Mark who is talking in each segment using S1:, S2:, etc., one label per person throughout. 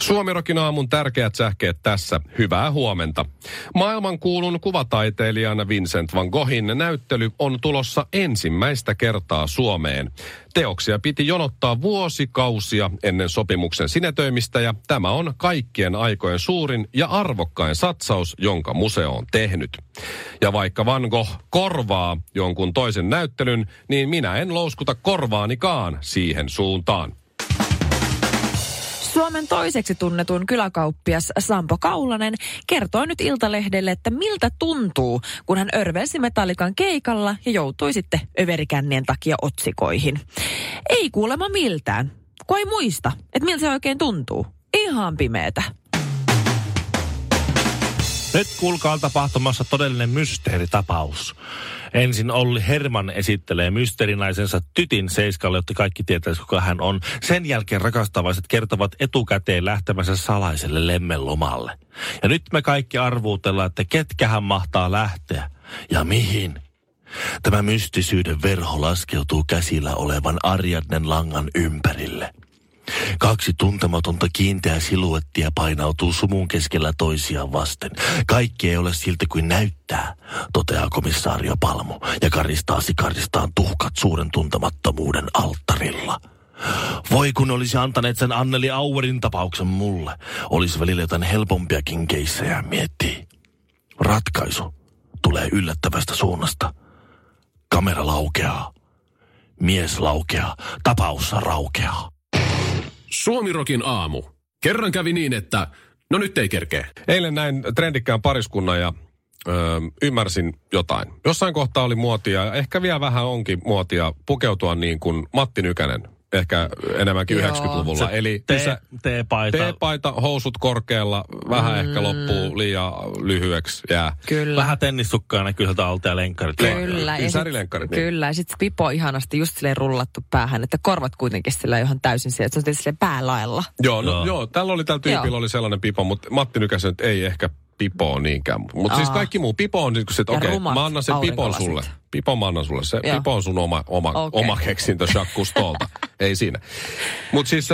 S1: Suomirokin aamun tärkeät sähkeet tässä. Hyvää huomenta. Maailman kuulun kuvataiteilijan Vincent van Goghin näyttely on tulossa ensimmäistä kertaa Suomeen. Teoksia piti jonottaa vuosikausia ennen sopimuksen sinetöimistä ja tämä on kaikkien aikojen suurin ja arvokkain satsaus, jonka museo on tehnyt. Ja vaikka Van Gogh korvaa jonkun toisen näyttelyn, niin minä en louskuta korvaanikaan siihen suuntaan.
S2: Suomen toiseksi tunnetun kyläkauppias Sampo Kaulanen kertoo nyt Iltalehdelle, että miltä tuntuu, kun hän örvelsi metallikan keikalla ja joutui sitten överikännien takia otsikoihin. Ei kuulemma miltään, kun ei muista, että miltä se oikein tuntuu. Ihan pimeetä.
S3: Nyt kuulkaa on tapahtumassa todellinen mysteeritapaus. Ensin Olli Herman esittelee mysteerinaisensa Tytin Seiskalle, jotta kaikki tietäisivät, kuka hän on. Sen jälkeen rakastavaiset kertovat etukäteen lähtemänsä salaiselle lemmenlomalle. Ja nyt me kaikki arvuutellaan, että ketkä hän mahtaa lähteä ja mihin. Tämä mystisyyden verho laskeutuu käsillä olevan Ariadnen langan ympärille. Kaksi tuntematonta kiinteää siluettia painautuu sumun keskellä toisiaan vasten. Kaikki ei ole siltä kuin näyttää, toteaa komissaario Palmu ja karistaa sikaristaan tuhkat suuren tuntemattomuuden alttarilla. Voi kun olisi antaneet sen Anneli Auerin tapauksen mulle. Olisi välillä jotain helpompiakin keissejä miettii. Ratkaisu tulee yllättävästä suunnasta. Kamera laukeaa. Mies laukeaa. Tapaus raukeaa.
S4: Suomirokin aamu. Kerran kävi niin, että no nyt ei kerkeä.
S1: Eilen näin trendikkään pariskunnan ja ö, ymmärsin jotain. Jossain kohtaa oli muotia, ja ehkä vielä vähän onkin muotia, pukeutua niin kuin Matti Nykänen. Ehkä enemmänkin
S2: Joo.
S1: 90-luvulla. Eli
S3: Tee,
S1: isä-
S3: teepaita.
S1: T-paita, housut korkealla, vähän mm. ehkä loppuu liian lyhyeksi. Jää.
S2: Kyllä.
S3: Vähän tennissukkaa näkyy sieltä alta ja lenkkarit.
S2: Kyllä. ja sit-
S1: Ysärilenkkarit, niin.
S2: Kyllä, ja sitten pipo ihanasti just silleen rullattu päähän, että korvat kuitenkin sillä ihan täysin siellä, että se on tietysti silleen päälailla.
S1: Joo, no, joo.
S3: Joo.
S1: joo, tällä oli tällä tyypillä
S2: Joo.
S1: oli sellainen pipo, mutta Matti Nykäsen nyt ei ehkä pipoa niinkään. Mutta siis
S2: Aa.
S1: kaikki muu. Pipo on niin kuin se, että
S2: Ja
S1: okei,
S2: rumat
S1: mä annan sen pipon
S2: aurinkolasit.
S1: sulle. Pipo mä annan sulle. Se
S2: Joo.
S1: pipo on sun oma, oma, okay.
S2: Okei.
S1: oma keksintö Jacques Cousteauta. ei siinä. Mutta siis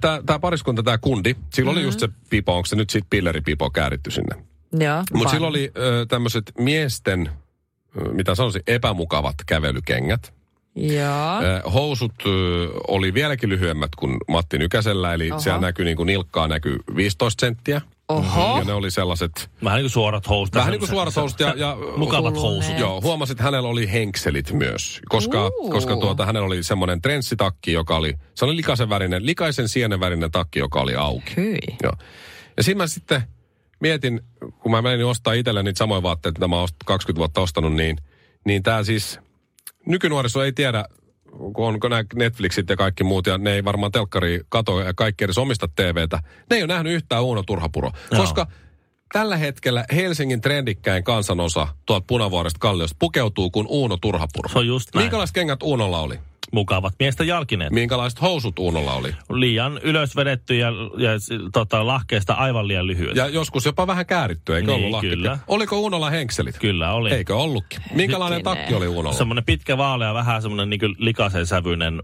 S1: tämä pariskunta, tämä kundi, sillä
S2: Mm-hmm.
S1: oli just se pipo, onko se nyt siitä pilleripipo kääritty sinne.
S2: Joo.
S1: Mutta
S2: vaan.
S1: sillä oli tämmöiset miesten, ö, mitä sanoisin, epämukavat kävelykengät.
S2: Joo.
S1: Ö, Housut ö, oli vieläkin lyhyemmät kuin Matti Nykäsellä, eli Oho.
S2: Oho.
S1: siellä näkyy niin kuin nilkkaa näkyy 15 senttiä.
S2: Oho.
S1: Ja ne oli sellaiset,
S3: Vähän niin kuin suorat housut.
S1: vähän niin kuin suorat housut ja, ja
S3: Mukavat
S2: Hulluneet.
S3: housut.
S1: Joo, huomasin, että hänellä oli henkselit myös, koska,
S2: Uu.
S1: koska tuota, hänellä oli semmoinen trenssitakki, joka oli, se oli likaisen värinen, likaisen sienen värinen takki, joka oli auki.
S2: Hyi.
S1: Joo. Ja siinä mä sitten mietin, kun mä menin ostaa itselleni niitä samoja vaatteita, mitä mä oon ost- 20 vuotta ostanut, niin, niin tämä siis, nykynuoriso ei tiedä, kun onko nämä Netflixit ja kaikki muut, ja ne ei varmaan telkkari kato ja kaikki edes omista TVtä. Ne ei ole nähnyt yhtään Uuno Turhapuro, no.
S3: Joo.
S1: koska tällä hetkellä Helsingin trendikkäin kansanosa tuolta Punavuoresta Kalliosta pukeutuu kuin Uuno Turhapuro.
S3: Se on just näin.
S1: Minkälaiset kengät Uunolla oli?
S3: Mukavat miesten jalkineet.
S1: Minkälaiset housut Uunolla oli?
S3: Liian ylös vedetty ja, ja s- tota, lahkeesta aivan liian lyhyet.
S1: Ja joskus jopa vähän kääritty, eikö
S3: Niin,
S1: ollut lahti?
S3: kyllä.
S1: Oliko Uunolla henkselit?
S3: Kyllä oli.
S1: Eikö ollutkin? Minkälainen
S2: Hetkinen.
S1: takki oli Unolla?
S3: Semmoinen pitkä vaalea, vähän semmoinen niin likaisen sävyinen,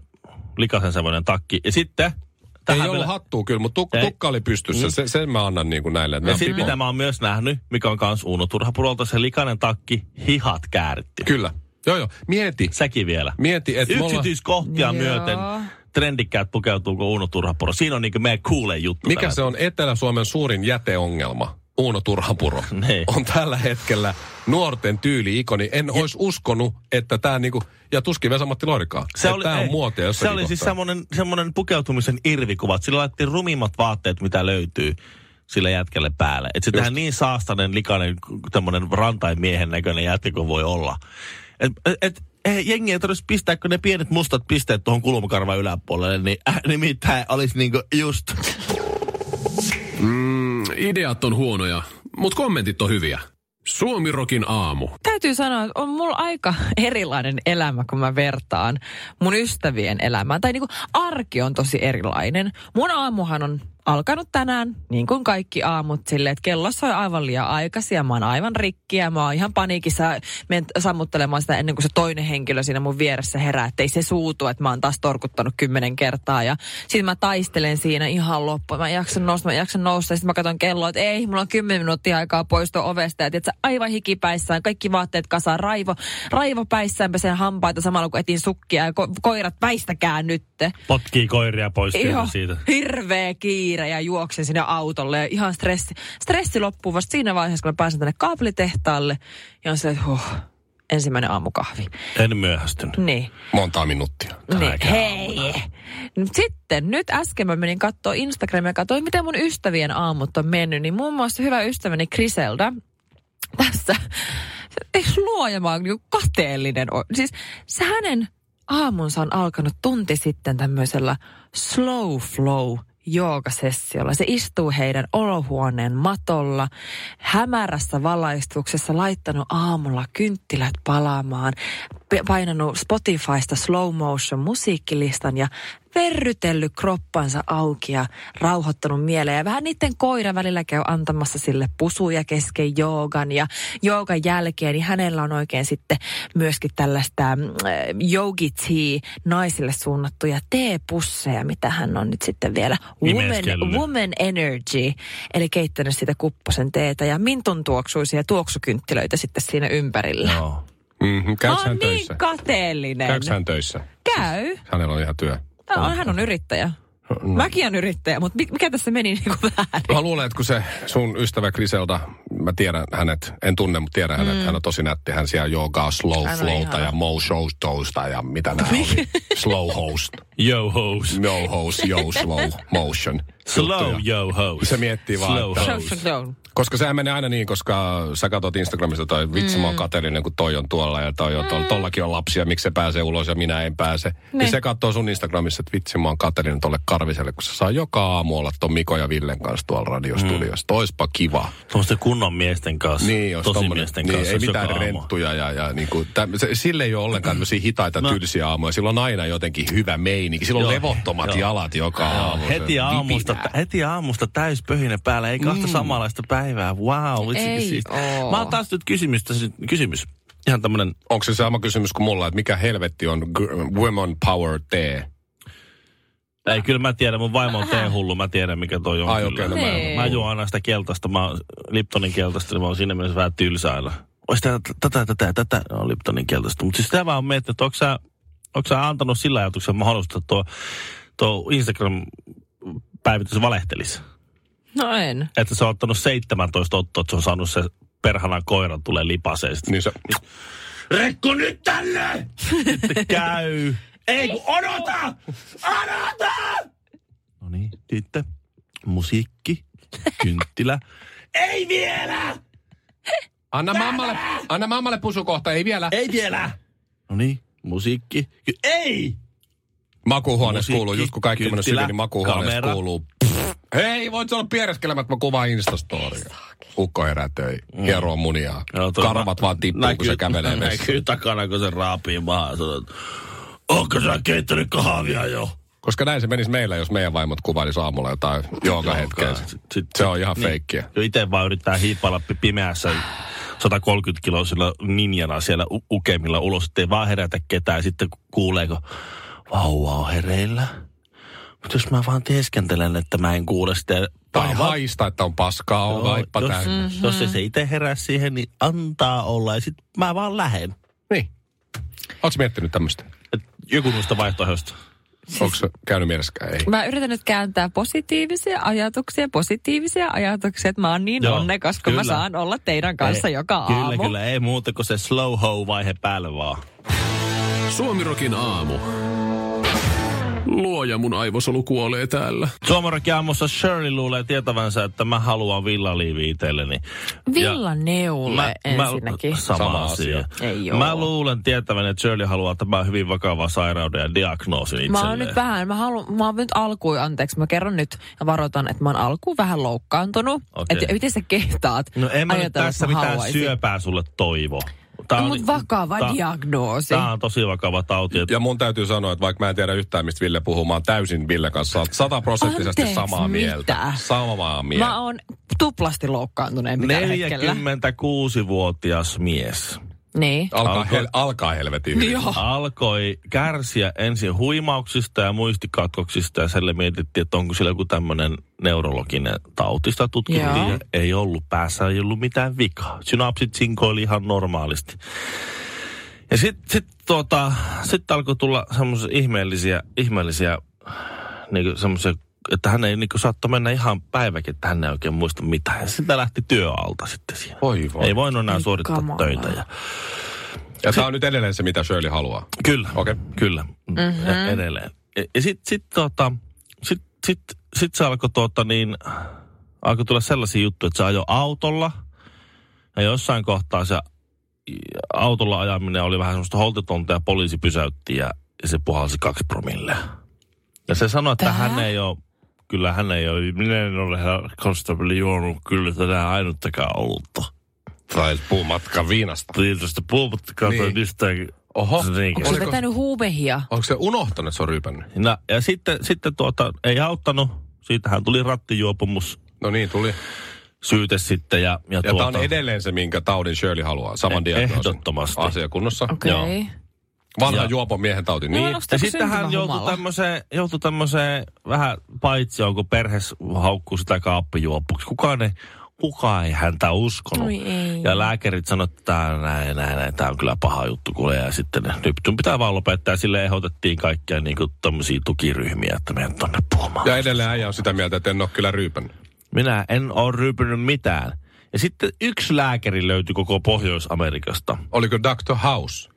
S3: likaisen sävyinen takki. Ja sitten...
S1: Ei
S3: tähän
S1: ollut
S3: vielä-
S1: hattua kyllä, mutta tuk-
S3: Ei.
S1: tukka oli pystyssä.
S3: Mm.
S1: Se, sen mä annan niin kuin näille.
S3: Ja
S1: nämä
S3: sitten
S1: pipo-
S3: mitä mä oon myös nähnyt, mikä on kans Uuno Turhapurolta, se likainen takki, hihat kääritty.
S1: Kyllä. Joo, joo. Mieti.
S3: Säkin vielä.
S1: Mieti, että me ollaan-
S3: Yksityiskohtia
S2: Joo.
S3: myöten trendikkäät pukeutuu kuin Uuno Turhapuro. Siinä on niinku meidän kuulee juttu.
S1: Mikä
S3: tällä
S1: se on Etelä-Suomen suurin jäteongelma? Uuno Turhapuro
S3: Niin.
S1: on tällä hetkellä nuorten tyyli-ikoni. En olisi uskonut, että tämä niinku, ja tuskin Vesamatti Loirikaan,
S3: Se
S1: että
S3: oli,
S1: tämä on
S3: ei,
S1: muotia
S3: Se
S1: jossakin
S3: oli siis
S1: kohtaa.
S3: semmoinen, semmoinen pukeutumisen irvikuvat. Sillä laitettiin rumimmat vaatteet, mitä löytyy sille jätkelle päälle. Että se tehdään niin saastainen, likainen, tämmöinen rantain miehen näköinen jätkä kuin voi olla. Et, et, ei, jengi ei tarvitsisi pistää, kun ne pienet mustat pisteet tuohon kulmakarvan yläpuolelle, niin äh, nimittäin olisi niinku just...
S4: Mm, Ideat on huonoja, mutta kommentit on hyviä. Suomirokin aamu.
S2: Täytyy sanoa, että on mulla aika erilainen elämä, kun mä vertaan mun ystävien elämään. Tai niinku arki on tosi erilainen. Mun aamuhan on alkanut tänään, niin kuin kaikki aamut, silleen, että kello soi aivan liian aikaisia, mä oon aivan rikkiä, mä oon ihan paniikissa, menen sammuttelemaan sitä ennen kuin se toinen henkilö siinä mun vieressä herää, ettei se suutu, että mä oon taas torkuttanut kymmenen kertaa ja sitten mä taistelen siinä ihan loppuun, mä en jaksa nousta, mä en jaksa nousta, sitten mä katson kelloa, että ei, mulla on kymmenen minuuttia aikaa poistua ovesta ja tiedätkö, aivan hikipäissään, kaikki vaatteet kasaan, raivo, raivo päissään pesen hampaita samalla kun etin sukkia ja ko- koirat väistäkää nytte.
S3: Potkii koiria pois
S2: Joo,
S3: Joo. siitä.
S2: hirveä kiire ja juoksen sinne autolle ja ihan stressi. Stressi loppuu vasta siinä vaiheessa, kun mä pääsen tänne kaapelitehtaalle ja on se, että huh, ensimmäinen aamukahvi.
S3: En myöhästynyt.
S2: Niin.
S1: Montaa minuuttia.
S2: Niin, hei. Nyt Sitten, nyt äsken mä menin katsoa Instagramia ja katsoin, miten mun ystävien aamut on mennyt. Niin muun muassa hyvä ystäväni Griselda tässä, ei luoja, mä oon niinku kateellinen. o- Siis se hänen aamunsa on alkanut tunti sitten tämmöisellä slow flow joogasessiolla. Se istuu heidän olohuoneen matolla, hämärässä valaistuksessa, laittanut aamulla kynttilät palaamaan, pe- painanut Spotifysta slow motion musiikkilistan ja verrytellyt kroppansa auki ja rauhoittanut mieleen. Ja vähän niiden koira välillä käy antamassa sille pusuja kesken joogan ja joogan jälkeen, niin hänellä on oikein sitten myöskin tällaista mm, yogi tea, naisille suunnattuja teepusseja, mitä hän on nyt sitten vielä woman,
S3: Nimeskellyt.
S2: woman energy, eli keittänyt sitä kupposen teetä ja mintun tuoksuisia tuoksukynttilöitä sitten siinä ympärillä.
S3: Joo.
S1: Mm-hmm.
S2: Mä
S1: Käyks
S2: oon
S1: hän
S2: niin
S1: töissä?
S2: kateellinen.
S1: Käyks hän töissä?
S2: Käy.
S1: Hänellä on ihan työ.
S2: Tää on, hän on yrittäjä.
S3: No,
S2: Mäkin on yrittäjä, mutta mi- mikä tässä meni niinku väärin?
S1: Mä luulen, että kun se sun ystävä Griselda, mä tiedän hänet, en tunne, mutta tiedän hänet, hän on tosi nätti. Hän siellä joogaa slow
S2: Mm. Hän on
S1: flowta
S2: ihana.
S1: ja mo shows toasta ja mitä nää oli. Slow host,
S3: Yo hos.
S1: no host, yo slow motion.
S3: Slow
S1: juttuja.
S3: yo hos.
S1: Se miettii vaan,
S3: Slow
S1: että-
S3: hos.
S1: Koska sehän menee aina niin, koska sä katsot Instagramista toi vitsi, mä oon kateellinen, kun toi on tuolla ja toi on tuolla. Tollakin on lapsia, miksi se pääsee ulos ja minä en pääse. Niin,
S2: Niin.
S1: se katsoo sun Instagramissa, että vitsi, mä oon kateellinen tolle Karviselle, kun se saa joka aamu olla ton Miko ja Villen kanssa tuolla radiostudiossa. Mm. Toispa kiva.
S3: Tuommoisten kunnon miesten kanssa.
S1: Niin, jos
S3: Tosi
S1: tommonen-
S3: miesten
S1: niin,
S3: kanssa.
S1: ei
S3: jos joka
S1: mitään
S3: aamu.
S1: renttuja ja, ja niin kuin, täm, se, sille ei ole ollenkaan tämmöisiä hitaita, no. tylsiä aamuja. Sillä on aina jotenkin hyvä meininki. Sillä on
S3: Joo,
S1: levottomat
S3: joo.
S1: jalat joka aamu. Se
S3: Heti aamusta,
S1: vipinää.
S3: heti aamusta täyspöhinä päällä, ei kahta mm. samanlaista päivää. Wow, vitsi,
S2: Ei
S3: siis.
S2: oo.
S3: Mä oon taas nyt kysymys, tässä- kysymys. Ihan tämmönen
S1: Onko se sama kysymys kuin mulla, että mikä helvetti on gr- women power tee?
S3: Ei, kyllä mä tiedän, mun vaimo on T-hullu, mä tiedän mikä toi on.
S1: Ai,
S3: kyllä.
S1: okei, no
S2: mä en-
S3: mä, mä juon aina sitä keltaista, mä oon Liptonin keltaista, niin mä oon siinä mielessä vähän tylsäillä. Ois tää tätä, tätä, tätä, no, Liptonin keltaista. Mutta siis tämä vaan on miettinyt, että onko sä, onko sä antanut sillä ajatuksella mahdollista, että tuo, tuo Instagram-päivitys valehtelisi?
S2: No en.
S3: Että se on ottanut 17 ottoa, että se on saanut se perhanan koiran tulee lipaseen. Sitten
S1: Niin se,
S3: Rekku nyt tänne! Sitten käy. Ei kun odota! Odota! No niin, sitten musiikki, kynttilä. Ei vielä!
S1: anna, mammalle, anna mammalle pusukohta, ei vielä.
S3: siis- Ei vielä! No niin, musiikki. Ky- ei!
S1: Makuuhuoneessa
S3: Musiikki,
S1: kuuluu, just kun kaikki on mennyt
S3: kynttilä,
S1: syviin, niin makuuhuoneessa
S3: kamera.
S1: kuuluu. Pff. Hei, voit sä olla piereskelemättä, mä kuvaan Instastoria. Ukko herätöi,
S3: Mm.
S1: hieroo muniaa.
S3: toi
S1: Karvat
S3: nä-
S1: vaan tippuu, kun se kävelee vessaan.
S3: Näkyy takana, kun se raapii maahan. Sanoo, että, Onko sä keittänyt kahvia jo?
S1: Koska näin se menisi meillä, jos meidän vaimot kuvailisi aamulla jotain joka hetkeä.
S3: Sit- sit-
S1: Se on ihan
S3: niin.
S1: feikkiä.
S3: Jo itse vaan yrittää hiipailla pi- pimeässä 130 kiloisilla ninjana siellä u- ukemilla ulos, ettei vaan herätä ketään. Sitten ku- kuuleeko, vauva on hereillä. Mutta jos mä vaan teeskentelen, että mä en kuule sitä.
S1: Tai
S3: Vauva-
S1: haista, että on paskaa, on
S3: Joo,
S1: vaippa
S3: jos, Mm-hmm.
S1: täynnä.
S3: jos ei se itse herää siihen, niin antaa olla. Ja sit mä vaan lähen.
S1: Niin. Oletko miettinyt tämmöistä?
S3: Et joku noista vaihtoehdoista.
S1: Onko se käynyt mielessäkään? Ei.
S2: Mä yritän nyt kääntää positiivisia ajatuksia, positiivisia ajatuksia, että mä oon niin
S3: Joo,
S2: Joo, onnekas, kun
S3: kyllä.
S2: mä saan olla teidän kanssa
S3: Ei,
S2: joka
S3: kyllä,
S2: aamu.
S3: Kyllä, kyllä. Ei muuta kuin se slow ho vaihe päälle vaan.
S4: Suomirokin aamu. Luoja mun aivosolu kuolee täällä.
S3: Suomarokin aamussa Shirley luulee tietävänsä, että mä haluan villaliivi itselleni.
S2: Villaneule mä, ensinnäkin.
S3: Mä, sama,
S1: Sama
S3: sama
S1: asia.
S3: asia.
S2: Ei oo.
S3: mä luulen tietävän, että Shirley haluaa tämän hyvin vakavan sairauden ja diagnoosin itselleen.
S2: Mä oon nyt vähän, mä, halu, mä oon nyt alkuun, anteeksi, mä kerron nyt ja varoitan, että mä oon alkuun vähän loukkaantunut.
S3: Okei.
S2: Että miten sä kehtaat
S3: No en mä nyt
S2: ajatella,
S3: tässä
S2: että mä
S3: mitään
S2: haluaisin.
S3: syöpää sulle toivo.
S2: No,
S3: Tää
S2: mut vakava
S3: tää-
S2: diagnoosi.
S3: Tää on tosi vakava tauti. Et
S1: Ja mun täytyy sanoa, että vaikka mä en tiedä yhtään, mistä Ville puhuu, mä oon täysin Ville kanssa sataprosenttisesti
S2: Anteeksi,
S1: samaa mieltä.
S2: mitä?
S1: Samaa mieltä.
S2: Mä oon tuplasti loukkaantuneempi tällä hetkellä.
S3: 46-vuotias mies
S2: Niin.
S1: Alkaa,
S3: Alkoi-
S1: hel- alkaa helvetin hyvin.
S2: Joo.
S3: alkoi kärsiä ensin huimauksista ja muistikatkoksista ja sille mietittiin, että onko sillä joku tämmöinen neurologinen tauti. Sitä tutkittiin
S2: Joo.
S3: ja ei ollut, päässä ei ollut mitään vikaa. Synapsit sinkoili ihan normaalisti. Ja sitten sit, tota, sit alkoi tulla semmoisia ihmeellisiä, ihmeellisiä niinku semmoisia, että hän ei niinku saattoi mennä ihan päiväkin, että hän ei oikein muista mitään. Ja sitä lähti työalta sitten siinä.
S1: Voi voi.
S3: Ei voinut enää
S2: Ei
S3: suorittaa
S2: kamalaa.
S3: töitä. Ja,
S1: Ja tää on nyt edelleen se, mitä Shirley haluaa.
S3: Kyllä.
S1: Okei.
S3: Kyllä. Mm-hmm. Edelleen. Ja, ja sitten sit, tota, sit, sit, sit se alkoi tota, niin, alkoi tulla sellaisia juttuja, että se ajoi autolla. Ja jossain kohtaa se autolla ajaminen oli vähän semmoista holtitonta ja poliisi pysäytti ja, ja se puhalsi kaksi promille. Ja se sanoi, että
S2: Tää?
S3: hän ei ole, kyllä hän ei ole, minä en ole herra constable juonut kyllä tänään ainuttakaan olutta.
S1: Tai puu matka viinasta.
S3: Tietysti puhumatta katsoin
S1: Niin.
S3: niin. yhtään.
S1: Oho.
S3: Niinkin.
S2: Onko se
S1: Oliko,
S2: vetänyt huumehia?
S1: onko se unohtanut, että se on ryypännyt?
S3: No, ja sitten, sitten tuota, ei auttanut. Siitähän tuli rattijuopumus
S1: No niin, tuli.
S3: syyte sitten. Ja, ja,
S1: Ja
S3: tuota,
S1: tämä on edelleen se, minkä taudin Shirley haluaa. Saman
S3: Eh-
S1: diagnoosin.
S3: ehdottomasti.
S1: Asia kunnossa.
S2: Okei.
S3: Joo.
S2: Okay.
S1: Vanha
S3: Ja-
S1: juopon miehen tauti.
S2: No,
S1: Niin.
S2: onko
S3: ja
S2: tämä
S3: sitten hän joutui
S2: syntymähumala?
S3: tämmöiseen, joutui tämmöiseen vähän paitsi, onko perhes haukkuu sitä kaappijuopuksi. Kukaan ei, kukaan ei häntä uskonut.
S2: Oi ei.
S3: Ja lääkärit sanoivat, että tää on näin, näin, näin, tämä on kyllä paha juttu kuule. Ja sitten nyt sun pitää vaan lopettaa. Ja Sille ehdotettiin kaikkia niin tämmöisiä tukiryhmiä, että meidän tonne puhumaan.
S1: Ja edelleen äijä on sitä mieltä, että en ole kyllä ryypännyt.
S3: Minä en ole ryypynyt mitään. Ja sitten yksi lääkäri löytyi koko Pohjois-Amerikasta.
S1: Oliko Dr. House?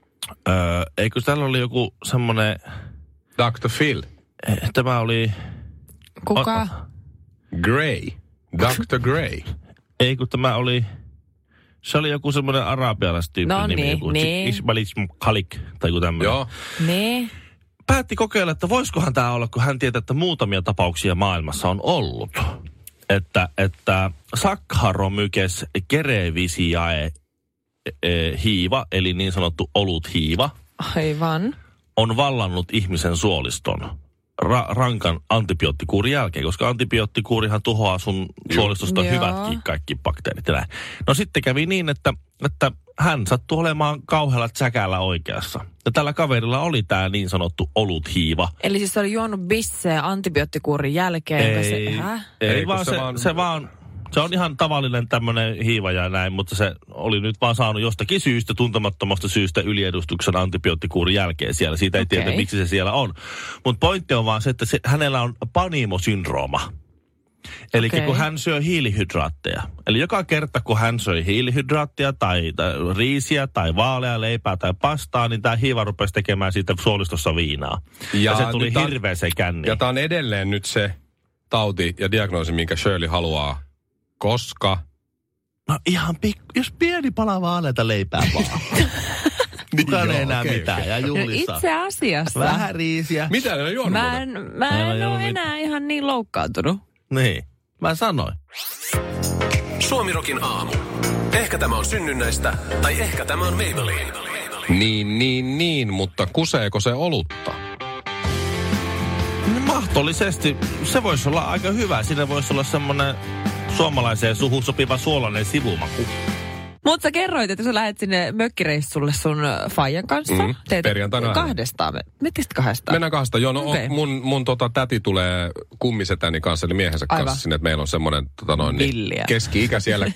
S3: Öö, eikö täällä oli joku semmoinen,
S1: Dr. Phil?
S3: eh, tämä oli,
S2: Kuka?
S1: Gray? Dr. Gray?
S3: ei kun tämä oli, se oli joku semmoinen arabialaistyyppi
S2: No
S3: nimi,
S2: niin,
S3: joku
S2: niin.
S3: Ismail Khalik tai joku tämmöinen.
S1: Joo.
S2: Niin.
S3: Päätti kokeilla, että voisikohan tämä olla, kun hän tietää, että muutamia tapauksia maailmassa on ollut. Että, että Sakharomykes kerevisiae e, hiiva, eli niin sanottu olut hiiva,
S2: Aivan.
S3: on vallannut ihmisen suoliston ra- rankan antibioottikuurin jälkeen, koska antibioottikuurihan tuhoaa sun suolistosta
S2: Joo.
S3: hyvätkin kaikki bakteerit ja näin. No sitten kävi niin, että, että hän sattui olemaan kauhealla säkällä oikeassa. Ja tällä kaverilla oli tämä niin sanottu oluthiiva.
S2: Eli siis se oli juonut bisseen antibioottikuurin jälkeen, joka se... No Häh?
S3: ei,
S1: Ei, kun
S3: vaan
S1: se
S3: se, se,
S1: vaan-
S3: vaan... se vaan, se on ihan tavallinen tämmöinen hiiva ja näin, mutta se oli nyt vaan saanut jostakin syystä, tuntemattomasta syystä yliedustuksen antibioottikuurin jälkeen siellä. Siitä ei okay. tiedä,
S2: Okei.
S3: miksi se siellä on. Mutta pointti on vaan se, että se, hänellä on panimosyndrooma. Eli okay.
S2: Okei.
S3: kun hän syö hiilihydraatteja, eli joka kerta kun hän söi hiilihydraattia tai, tai riisiä tai vaalea leipää tai pastaa, niin tämä hiiva rupesi tekemään siitä suolistossa viinaa. Ja,
S1: Ja
S3: ja se
S1: nyt
S3: tuli niin.
S1: tää-
S3: hirveä se känni.
S1: Ja tämä on edelleen nyt se tauti ja diagnoosi, minkä Shirley haluaa, koska...
S3: No ihan pikku, jos pieni pala vaaleita leipää vaan. Kukaan
S1: joo,
S3: ei enää
S1: okei,
S3: mitään. Ja
S2: No
S3: juhlissa.
S2: itse asiassa.
S3: Vähän riisiä.
S1: Mitä ne on juonut?
S2: Mä en, mä
S3: Ei
S2: en
S3: ole
S2: ole
S3: ollut
S2: enää ihan niin loukkaantunut.
S3: Niin. Mä sanoin.
S4: Suomirokin aamu. Ehkä tämä on synnynnäistä, tai ehkä tämä on Maybelline.
S1: Niin, niin, niin, mutta kuseeko se olutta?
S3: No Mahdollisesti se voisi olla aika hyvä. Siinä voisi olla semmoinen suomalaiseen suhun sopiva suolainen sivumaku.
S2: Mutta sä kerroit, että sä lähdet sinne mökkireissulle sun ö, faijan kanssa.
S1: Mm,
S2: Teitä
S1: perjantaina aamuna.
S2: Kahdestaan. me- Mettisit kahdestaan?
S1: Mennään kahdesta. Joo, no okay.
S2: Okei.
S1: mun, mun tota, täti tulee kummisetäni kanssa, eli miehensä Aivan.
S2: Aivan.
S1: kanssa sinne, että meillä on semmoinen tota, noin, niin,
S2: Villiä.
S1: keski-ikä siellä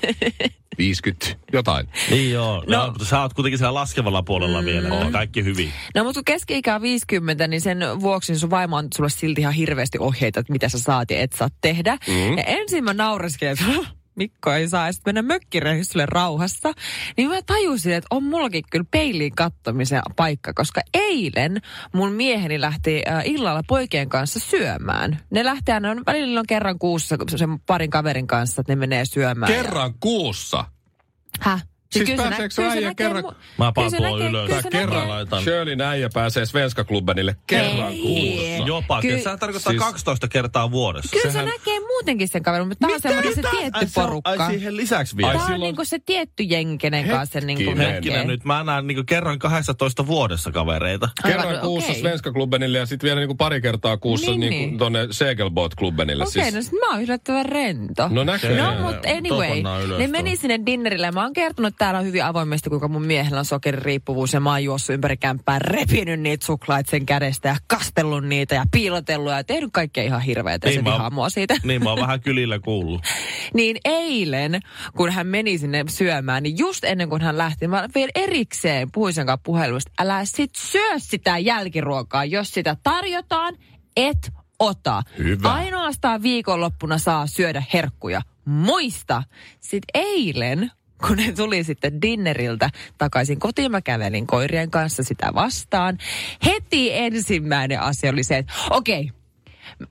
S1: 50 jotain.
S3: Niin joo.
S2: No.
S3: No. no sä oot kuitenkin siellä laskevalla puolella mm. vielä. On. Kaikki hyvin.
S2: No mutta kun keski-ikä on 50, niin sen vuoksi sun vaimo on
S1: Mm-hmm.
S2: sulle silti ihan hirveästi ohjeita, että mitä sä saat ja et saa tehdä. Mm. Ja ensin mä naureskelin, että Mikko ei saa sitten mennä mökkireissulle rauhassa, niin mä tajusin, että on mullakin kyllä peiliin kattomisen paikka, koska eilen mun mieheni lähti äh, illalla poikien kanssa syömään. Ne lähtee aina, on- välillä on kerran kuussa sen parin kaverin kanssa, että ne menee syömään. ja-
S1: Kerran kuussa.
S2: Häh?
S1: Siis
S2: Niin kyllä se nä-
S1: pääseekö
S2: kyllä se
S1: äijä
S2: näkee
S1: kerran-
S2: mu-
S3: Mä
S2: kyllä
S3: paan
S2: se
S3: tuon
S2: näkee-
S3: ylös.
S2: kyllä
S1: Tää
S2: se
S1: kerran
S2: näkee-
S3: laitan.
S1: Shirleyn äijä pääsee Svenskaklubenille kerran
S2: Ei.
S1: kuussa.
S3: Jopa.
S2: Ky-
S3: Ky- Sehän tarkoittaa
S1: Siis-
S3: siis... 12 kertaa vuodessa.
S2: Kyllä
S1: Sehän-
S2: se näkee muutenkin sen kaverin, mutta tämä on semmoinen se tietty
S3: Ai, se on-
S2: porukka.
S3: Ai siihen lisäksi vielä.
S1: Ai
S2: Tämä on
S1: silloin-
S2: niinku se tietty jenkenen kanssa sen niinku
S1: Hetkinen.
S3: Hetkinen
S2: näkee.
S3: nyt, mä näen niinku kerran 12 vuodessa kavereita.
S2: Aivan,
S1: Kerran kuussa
S2: okei.
S1: Svenskaklubenille ja sitten vielä niinku pari kertaa kuussa
S2: Niin,
S1: niin,
S2: niin.
S1: niinku tonne Siis Segelbot-klubenille.
S2: Okei,
S3: siis.
S2: no sit mä oon yllättävän rento.
S1: no näköjään.
S2: No, mutta anyway,
S3: Topannaan ylös
S2: ne
S3: tuo.
S2: meni sinne dinnerille. Mä oon kertonut täällä hyvin avoimesti, kuinka mun miehellä on sokeririippuvuus ja mä oon juossut ympäri kämppää, repinyt niitä suklaat sen kädestä ja kastellut niitä ja piilotellut ja tehnyt kaikkea ihan hirveätä ja se
S3: Niin, mä oon-
S2: vihaa mua siitä.
S3: Niin mä oon vähän kylillä kuullut.
S2: Niin eilen, kun hän meni sinne syömään, niin just ennen kuin hän lähti, mä vielä erikseen puhuin sen kanssa puhelusta, älä sit syö sitä jälkiruokaa, jos sitä tarjotaan, et ota.
S1: Hyvä.
S2: Ainoastaan viikonloppuna saa syödä herkkuja. Muista! Sitten eilen, kun ne tuli sitten dinneriltä takaisin kotiin, mä kävelin koirien kanssa sitä vastaan. Heti ensimmäinen asia oli se, että okei,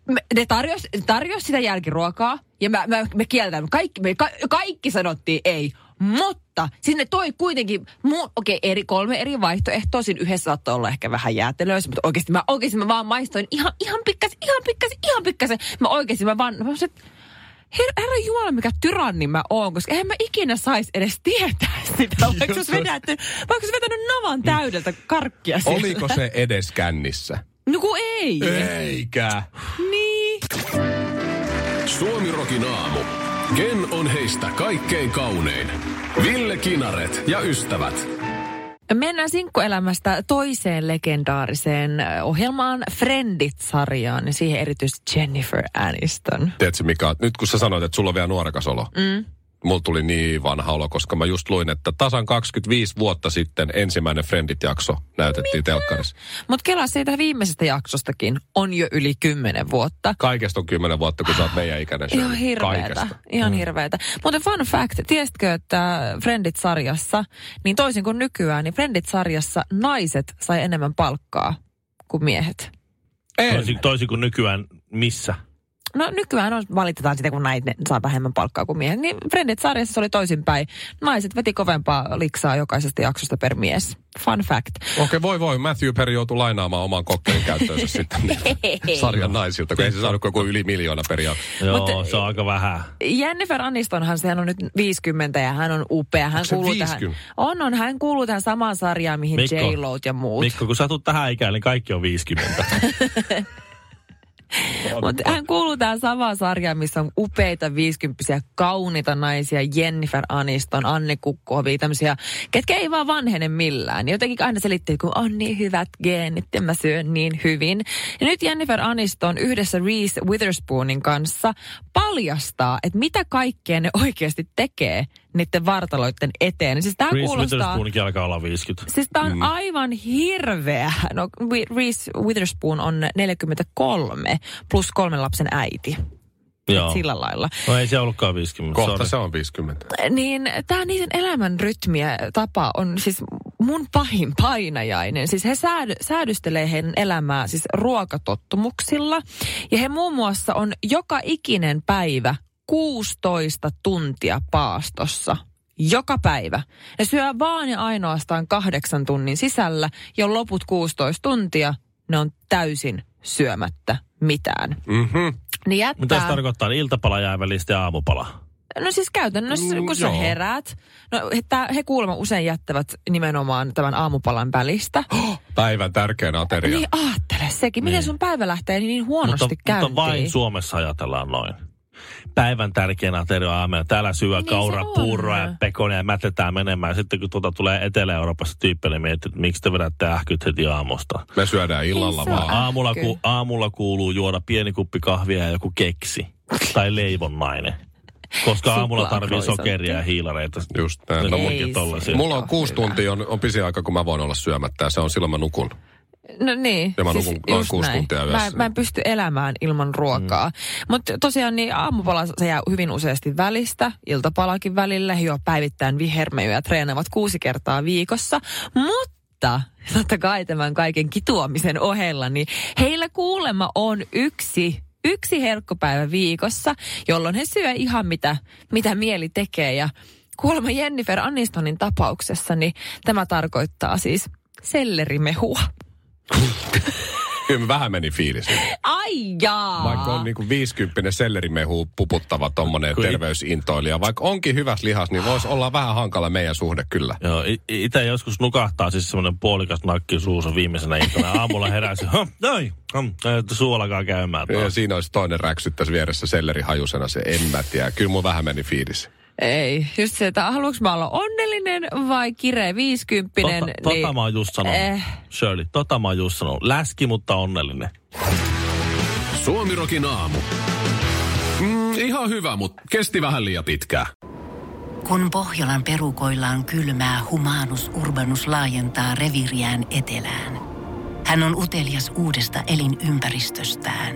S2: me- ne tarjos, tarjos sitä jälkiruokaa ja mä, mä, me kieltämme. Kaikki, me ka, kaikki sanottiin ei. Mutta sinne toi kuitenkin, mu, okei, eri, kolme eri vaihtoehtoa. Siinä yhdessä saattoi olla ehkä vähän jäätelöissä, mutta oikeasti mä, oikeasti mä vaan maistoin ihan, ihan pikkasen, ihan pikkasen, ihan pikkasen. Mä oikeasti mä vaan, mä olisin, että Her, herra Jumala, mikä tyranni mä oon, koska eihän mä ikinä sais edes tietää sitä. Oliko sä vetänyt, vai oliko sä vetänyt navan täydeltä karkkia sillä?
S1: Oliko Eh. se edes kännissä?
S2: No kun ei.
S1: Eikä.
S2: Niin.
S4: Suomirokin aamu. Ken on heistä kaikkein kaunein? Ville Kinaret ja ystävät.
S2: Mennään sinkkuelämästä toiseen legendaariseen äh, ohjelmaan, Friendit-sarjaan, ja siihen erityisesti Jennifer Aniston.
S1: Tiedätkö Mika, nyt kun sä sanoit, että sulla on vielä nuorekas olo. Mm. Mulla tuli niin vanha olo, koska mä just luin, että tasan 25 vuotta sitten ensimmäinen Friendit-jakso näytettiin Mitä? telkkarissa.
S2: Mutta kelaa siitä viimeisestä jaksostakin, on jo yli 10 vuotta.
S1: Kaikesta on 10 vuotta, kun sä oot meidän ikäinen.
S2: Ihan
S1: Shirley.
S2: hirveetä.
S1: Kaikesta.
S2: Ihan hirveetä. Mutta fun fact, tiesitkö, että Friendit-sarjassa, niin toisin kuin nykyään, niin Friendit-sarjassa naiset sai enemmän palkkaa kuin miehet.
S3: Toisin, toisin kuin nykyään missä.
S2: No nykyään on, valitetaan sitä, kun naiset saa vähemmän palkkaa kuin miehet. Niin Friendit-sarjassa se oli toisinpäin. Naiset veti kovempaa liksaa jokaisesta jaksosta per mies. Fun fact.
S1: Okei, okay, voi voi. Matthew Perry joutui lainaamaan oman kokkelin käyttöönsä sitten niitä sarjan naisilta, kun ei se saanut koko yli miljoona per jakso.
S3: Joo,
S2: Mut- eh,
S3: Mut, se on aika vähän.
S2: Jennifer Anistonhan, sehän on nyt 50 ja hän on upea. Hän
S1: Onko se
S2: kuuluu
S1: 50?
S2: tähän, on, on, hän kuuluu tähän samaan sarjaan, mihin
S3: Mikko.
S2: J-Lo ja muut.
S3: Mikko, kun sä tulet tähän ikään, niin kaikki on 50.
S2: Mutta hän kuuluu tähän samaan sarjaan, missä on upeita 50 kauniita naisia, Jennifer Aniston, Anne Kukkovi, tämmöisiä, ketkä ei vaan vanhene millään. Jotenkin aina selitti, kun on niin hyvät geenit ja mä syön niin hyvin. Ja nyt Jennifer Aniston yhdessä Reese Witherspoonin kanssa paljastaa, että mitä kaikkea ne oikeasti tekee niiden vartaloiden eteen. Siis tämä
S3: Reese
S2: kuulostaa...
S3: Witherspoonkin alkaa olla 50.
S2: Siis tää on aivan hirveä. No, Wi- Reese Witherspoon on 43 plus kolmen lapsen äiti.
S3: Joo.
S2: Sillä lailla.
S3: No ei se ollutkaan 50.
S1: Kohta
S3: sorry.
S1: se on 50.
S2: Niin tämä niiden elämän rytmiä tapa on siis mun pahin painajainen. Siis he säädy, säädystelee heidän elämää siis ruokatottumuksilla. Ja he muun muassa on joka ikinen päivä 16 tuntia paastossa. Joka päivä. Ne syö vaan ja ainoastaan kahdeksan tunnin sisällä ja loput 16 tuntia ne on täysin syömättä mitään.
S1: Mm-hmm.
S2: Ne jättää...
S3: Mitä se tarkoittaa? Niin Iltapala jää välistä ja aamupala.
S2: No siis käytännössä,
S1: Mm,
S2: kun sä
S1: joo.
S2: heräät, no he, tää, he kuulemma usein jättävät nimenomaan tämän aamupalan välistä.
S1: Päivän tärkeän ateria.
S2: niin aattele sekin, miten sun päivä lähtee niin huonosti
S3: Mutta,
S2: käyntiin.
S3: mutta vain Suomessa ajatellaan noin. Päivän tärkeänä ateria aamena. Täällä syö
S2: Niin
S3: niin
S2: se
S3: kaura,
S2: on.
S3: puuroa ja pekonia ja mätetään menemään. Sitten kun tuota tulee Etelä-Euroopassa tyyppi, niin miettii, että miksi te vedätte ähkyt heti aamusta.
S1: Me syödään illalla
S2: Ei se
S1: vaan.
S2: ole.
S3: Aamulla,
S2: Ähky.
S3: ku, aamulla kuuluu juoda pieni kuppi kahvia ja joku keksi. tai leivonnainen. Koska aamulla tarvii
S2: Suklaakroisantti.
S3: sokeria ja hiilareita.
S1: Just näin. No,
S3: No,
S2: Ei
S3: munkin
S2: se.
S3: tollasia.
S1: Mulla on
S2: Joo,
S1: kuusi
S2: hyvä.
S1: tuntia, on, on pisin aika, kun mä voin olla syömättä ja se on silloin mä nukun.
S2: No niin.
S1: Ja mä nukun noin
S2: just
S1: kuusi
S2: näin.
S1: tuntia
S2: mä,
S1: yössä.
S2: mä en pysty elämään ilman ruokaa. Mm. Mutta tosiaan niin aamupala se jää hyvin useasti välistä, iltapalakin välille, jo päivittäin vihermeyä treenaavat kuusi kertaa viikossa. Mutta totta kai tämän kaiken kituamisen ohella, niin heillä kuulemma on yksi yksi herkkupäivä viikossa, jolloin he syö ihan mitä, mitä mieli tekee. Ja kuulemma Jennifer Anistonin tapauksessa, niin tämä tarkoittaa siis sellerimehua.
S1: Kyllä mä vähän meni fiilis.
S2: Ai jaa.
S1: Vaikka on niinku 50 sellerimehu puputtava tommonen
S3: Kyllä.
S1: terveysintoilija. Vaikka onkin hyvät lihas, niin voisi olla vähän hankala meidän suhde kyllä.
S3: Joo, i- itä joskus nukahtaa siis semmoinen puolikas nakki suussa viimeisenä iltana. Aamulla heräsi, hö, noi, hmm, hö, suolakaa käymään.
S1: Ja
S3: taas."
S1: siinä olisi toinen räksyttäisi vieressä selleri hajusena, se en mä tiedä. Kyllä mun vähän meni fiilis.
S2: Ei, just se, että haluanko mä olla onnellinen vai kireä viisikymppinen. niin-
S3: Tota, tota mä oon just sanonut,
S2: Eh.
S3: Shirley, tota mä oon just sanonut. Läski, mutta onnellinen.
S4: Suomirokin aamu. Mm, ihan hyvä, mutta kesti vähän liian pitkään.
S5: Kun Pohjolan perukoillaan kylmää, humanus urbanus laajentaa reviriään etelään. Hän on utelias uudesta elinympäristöstään.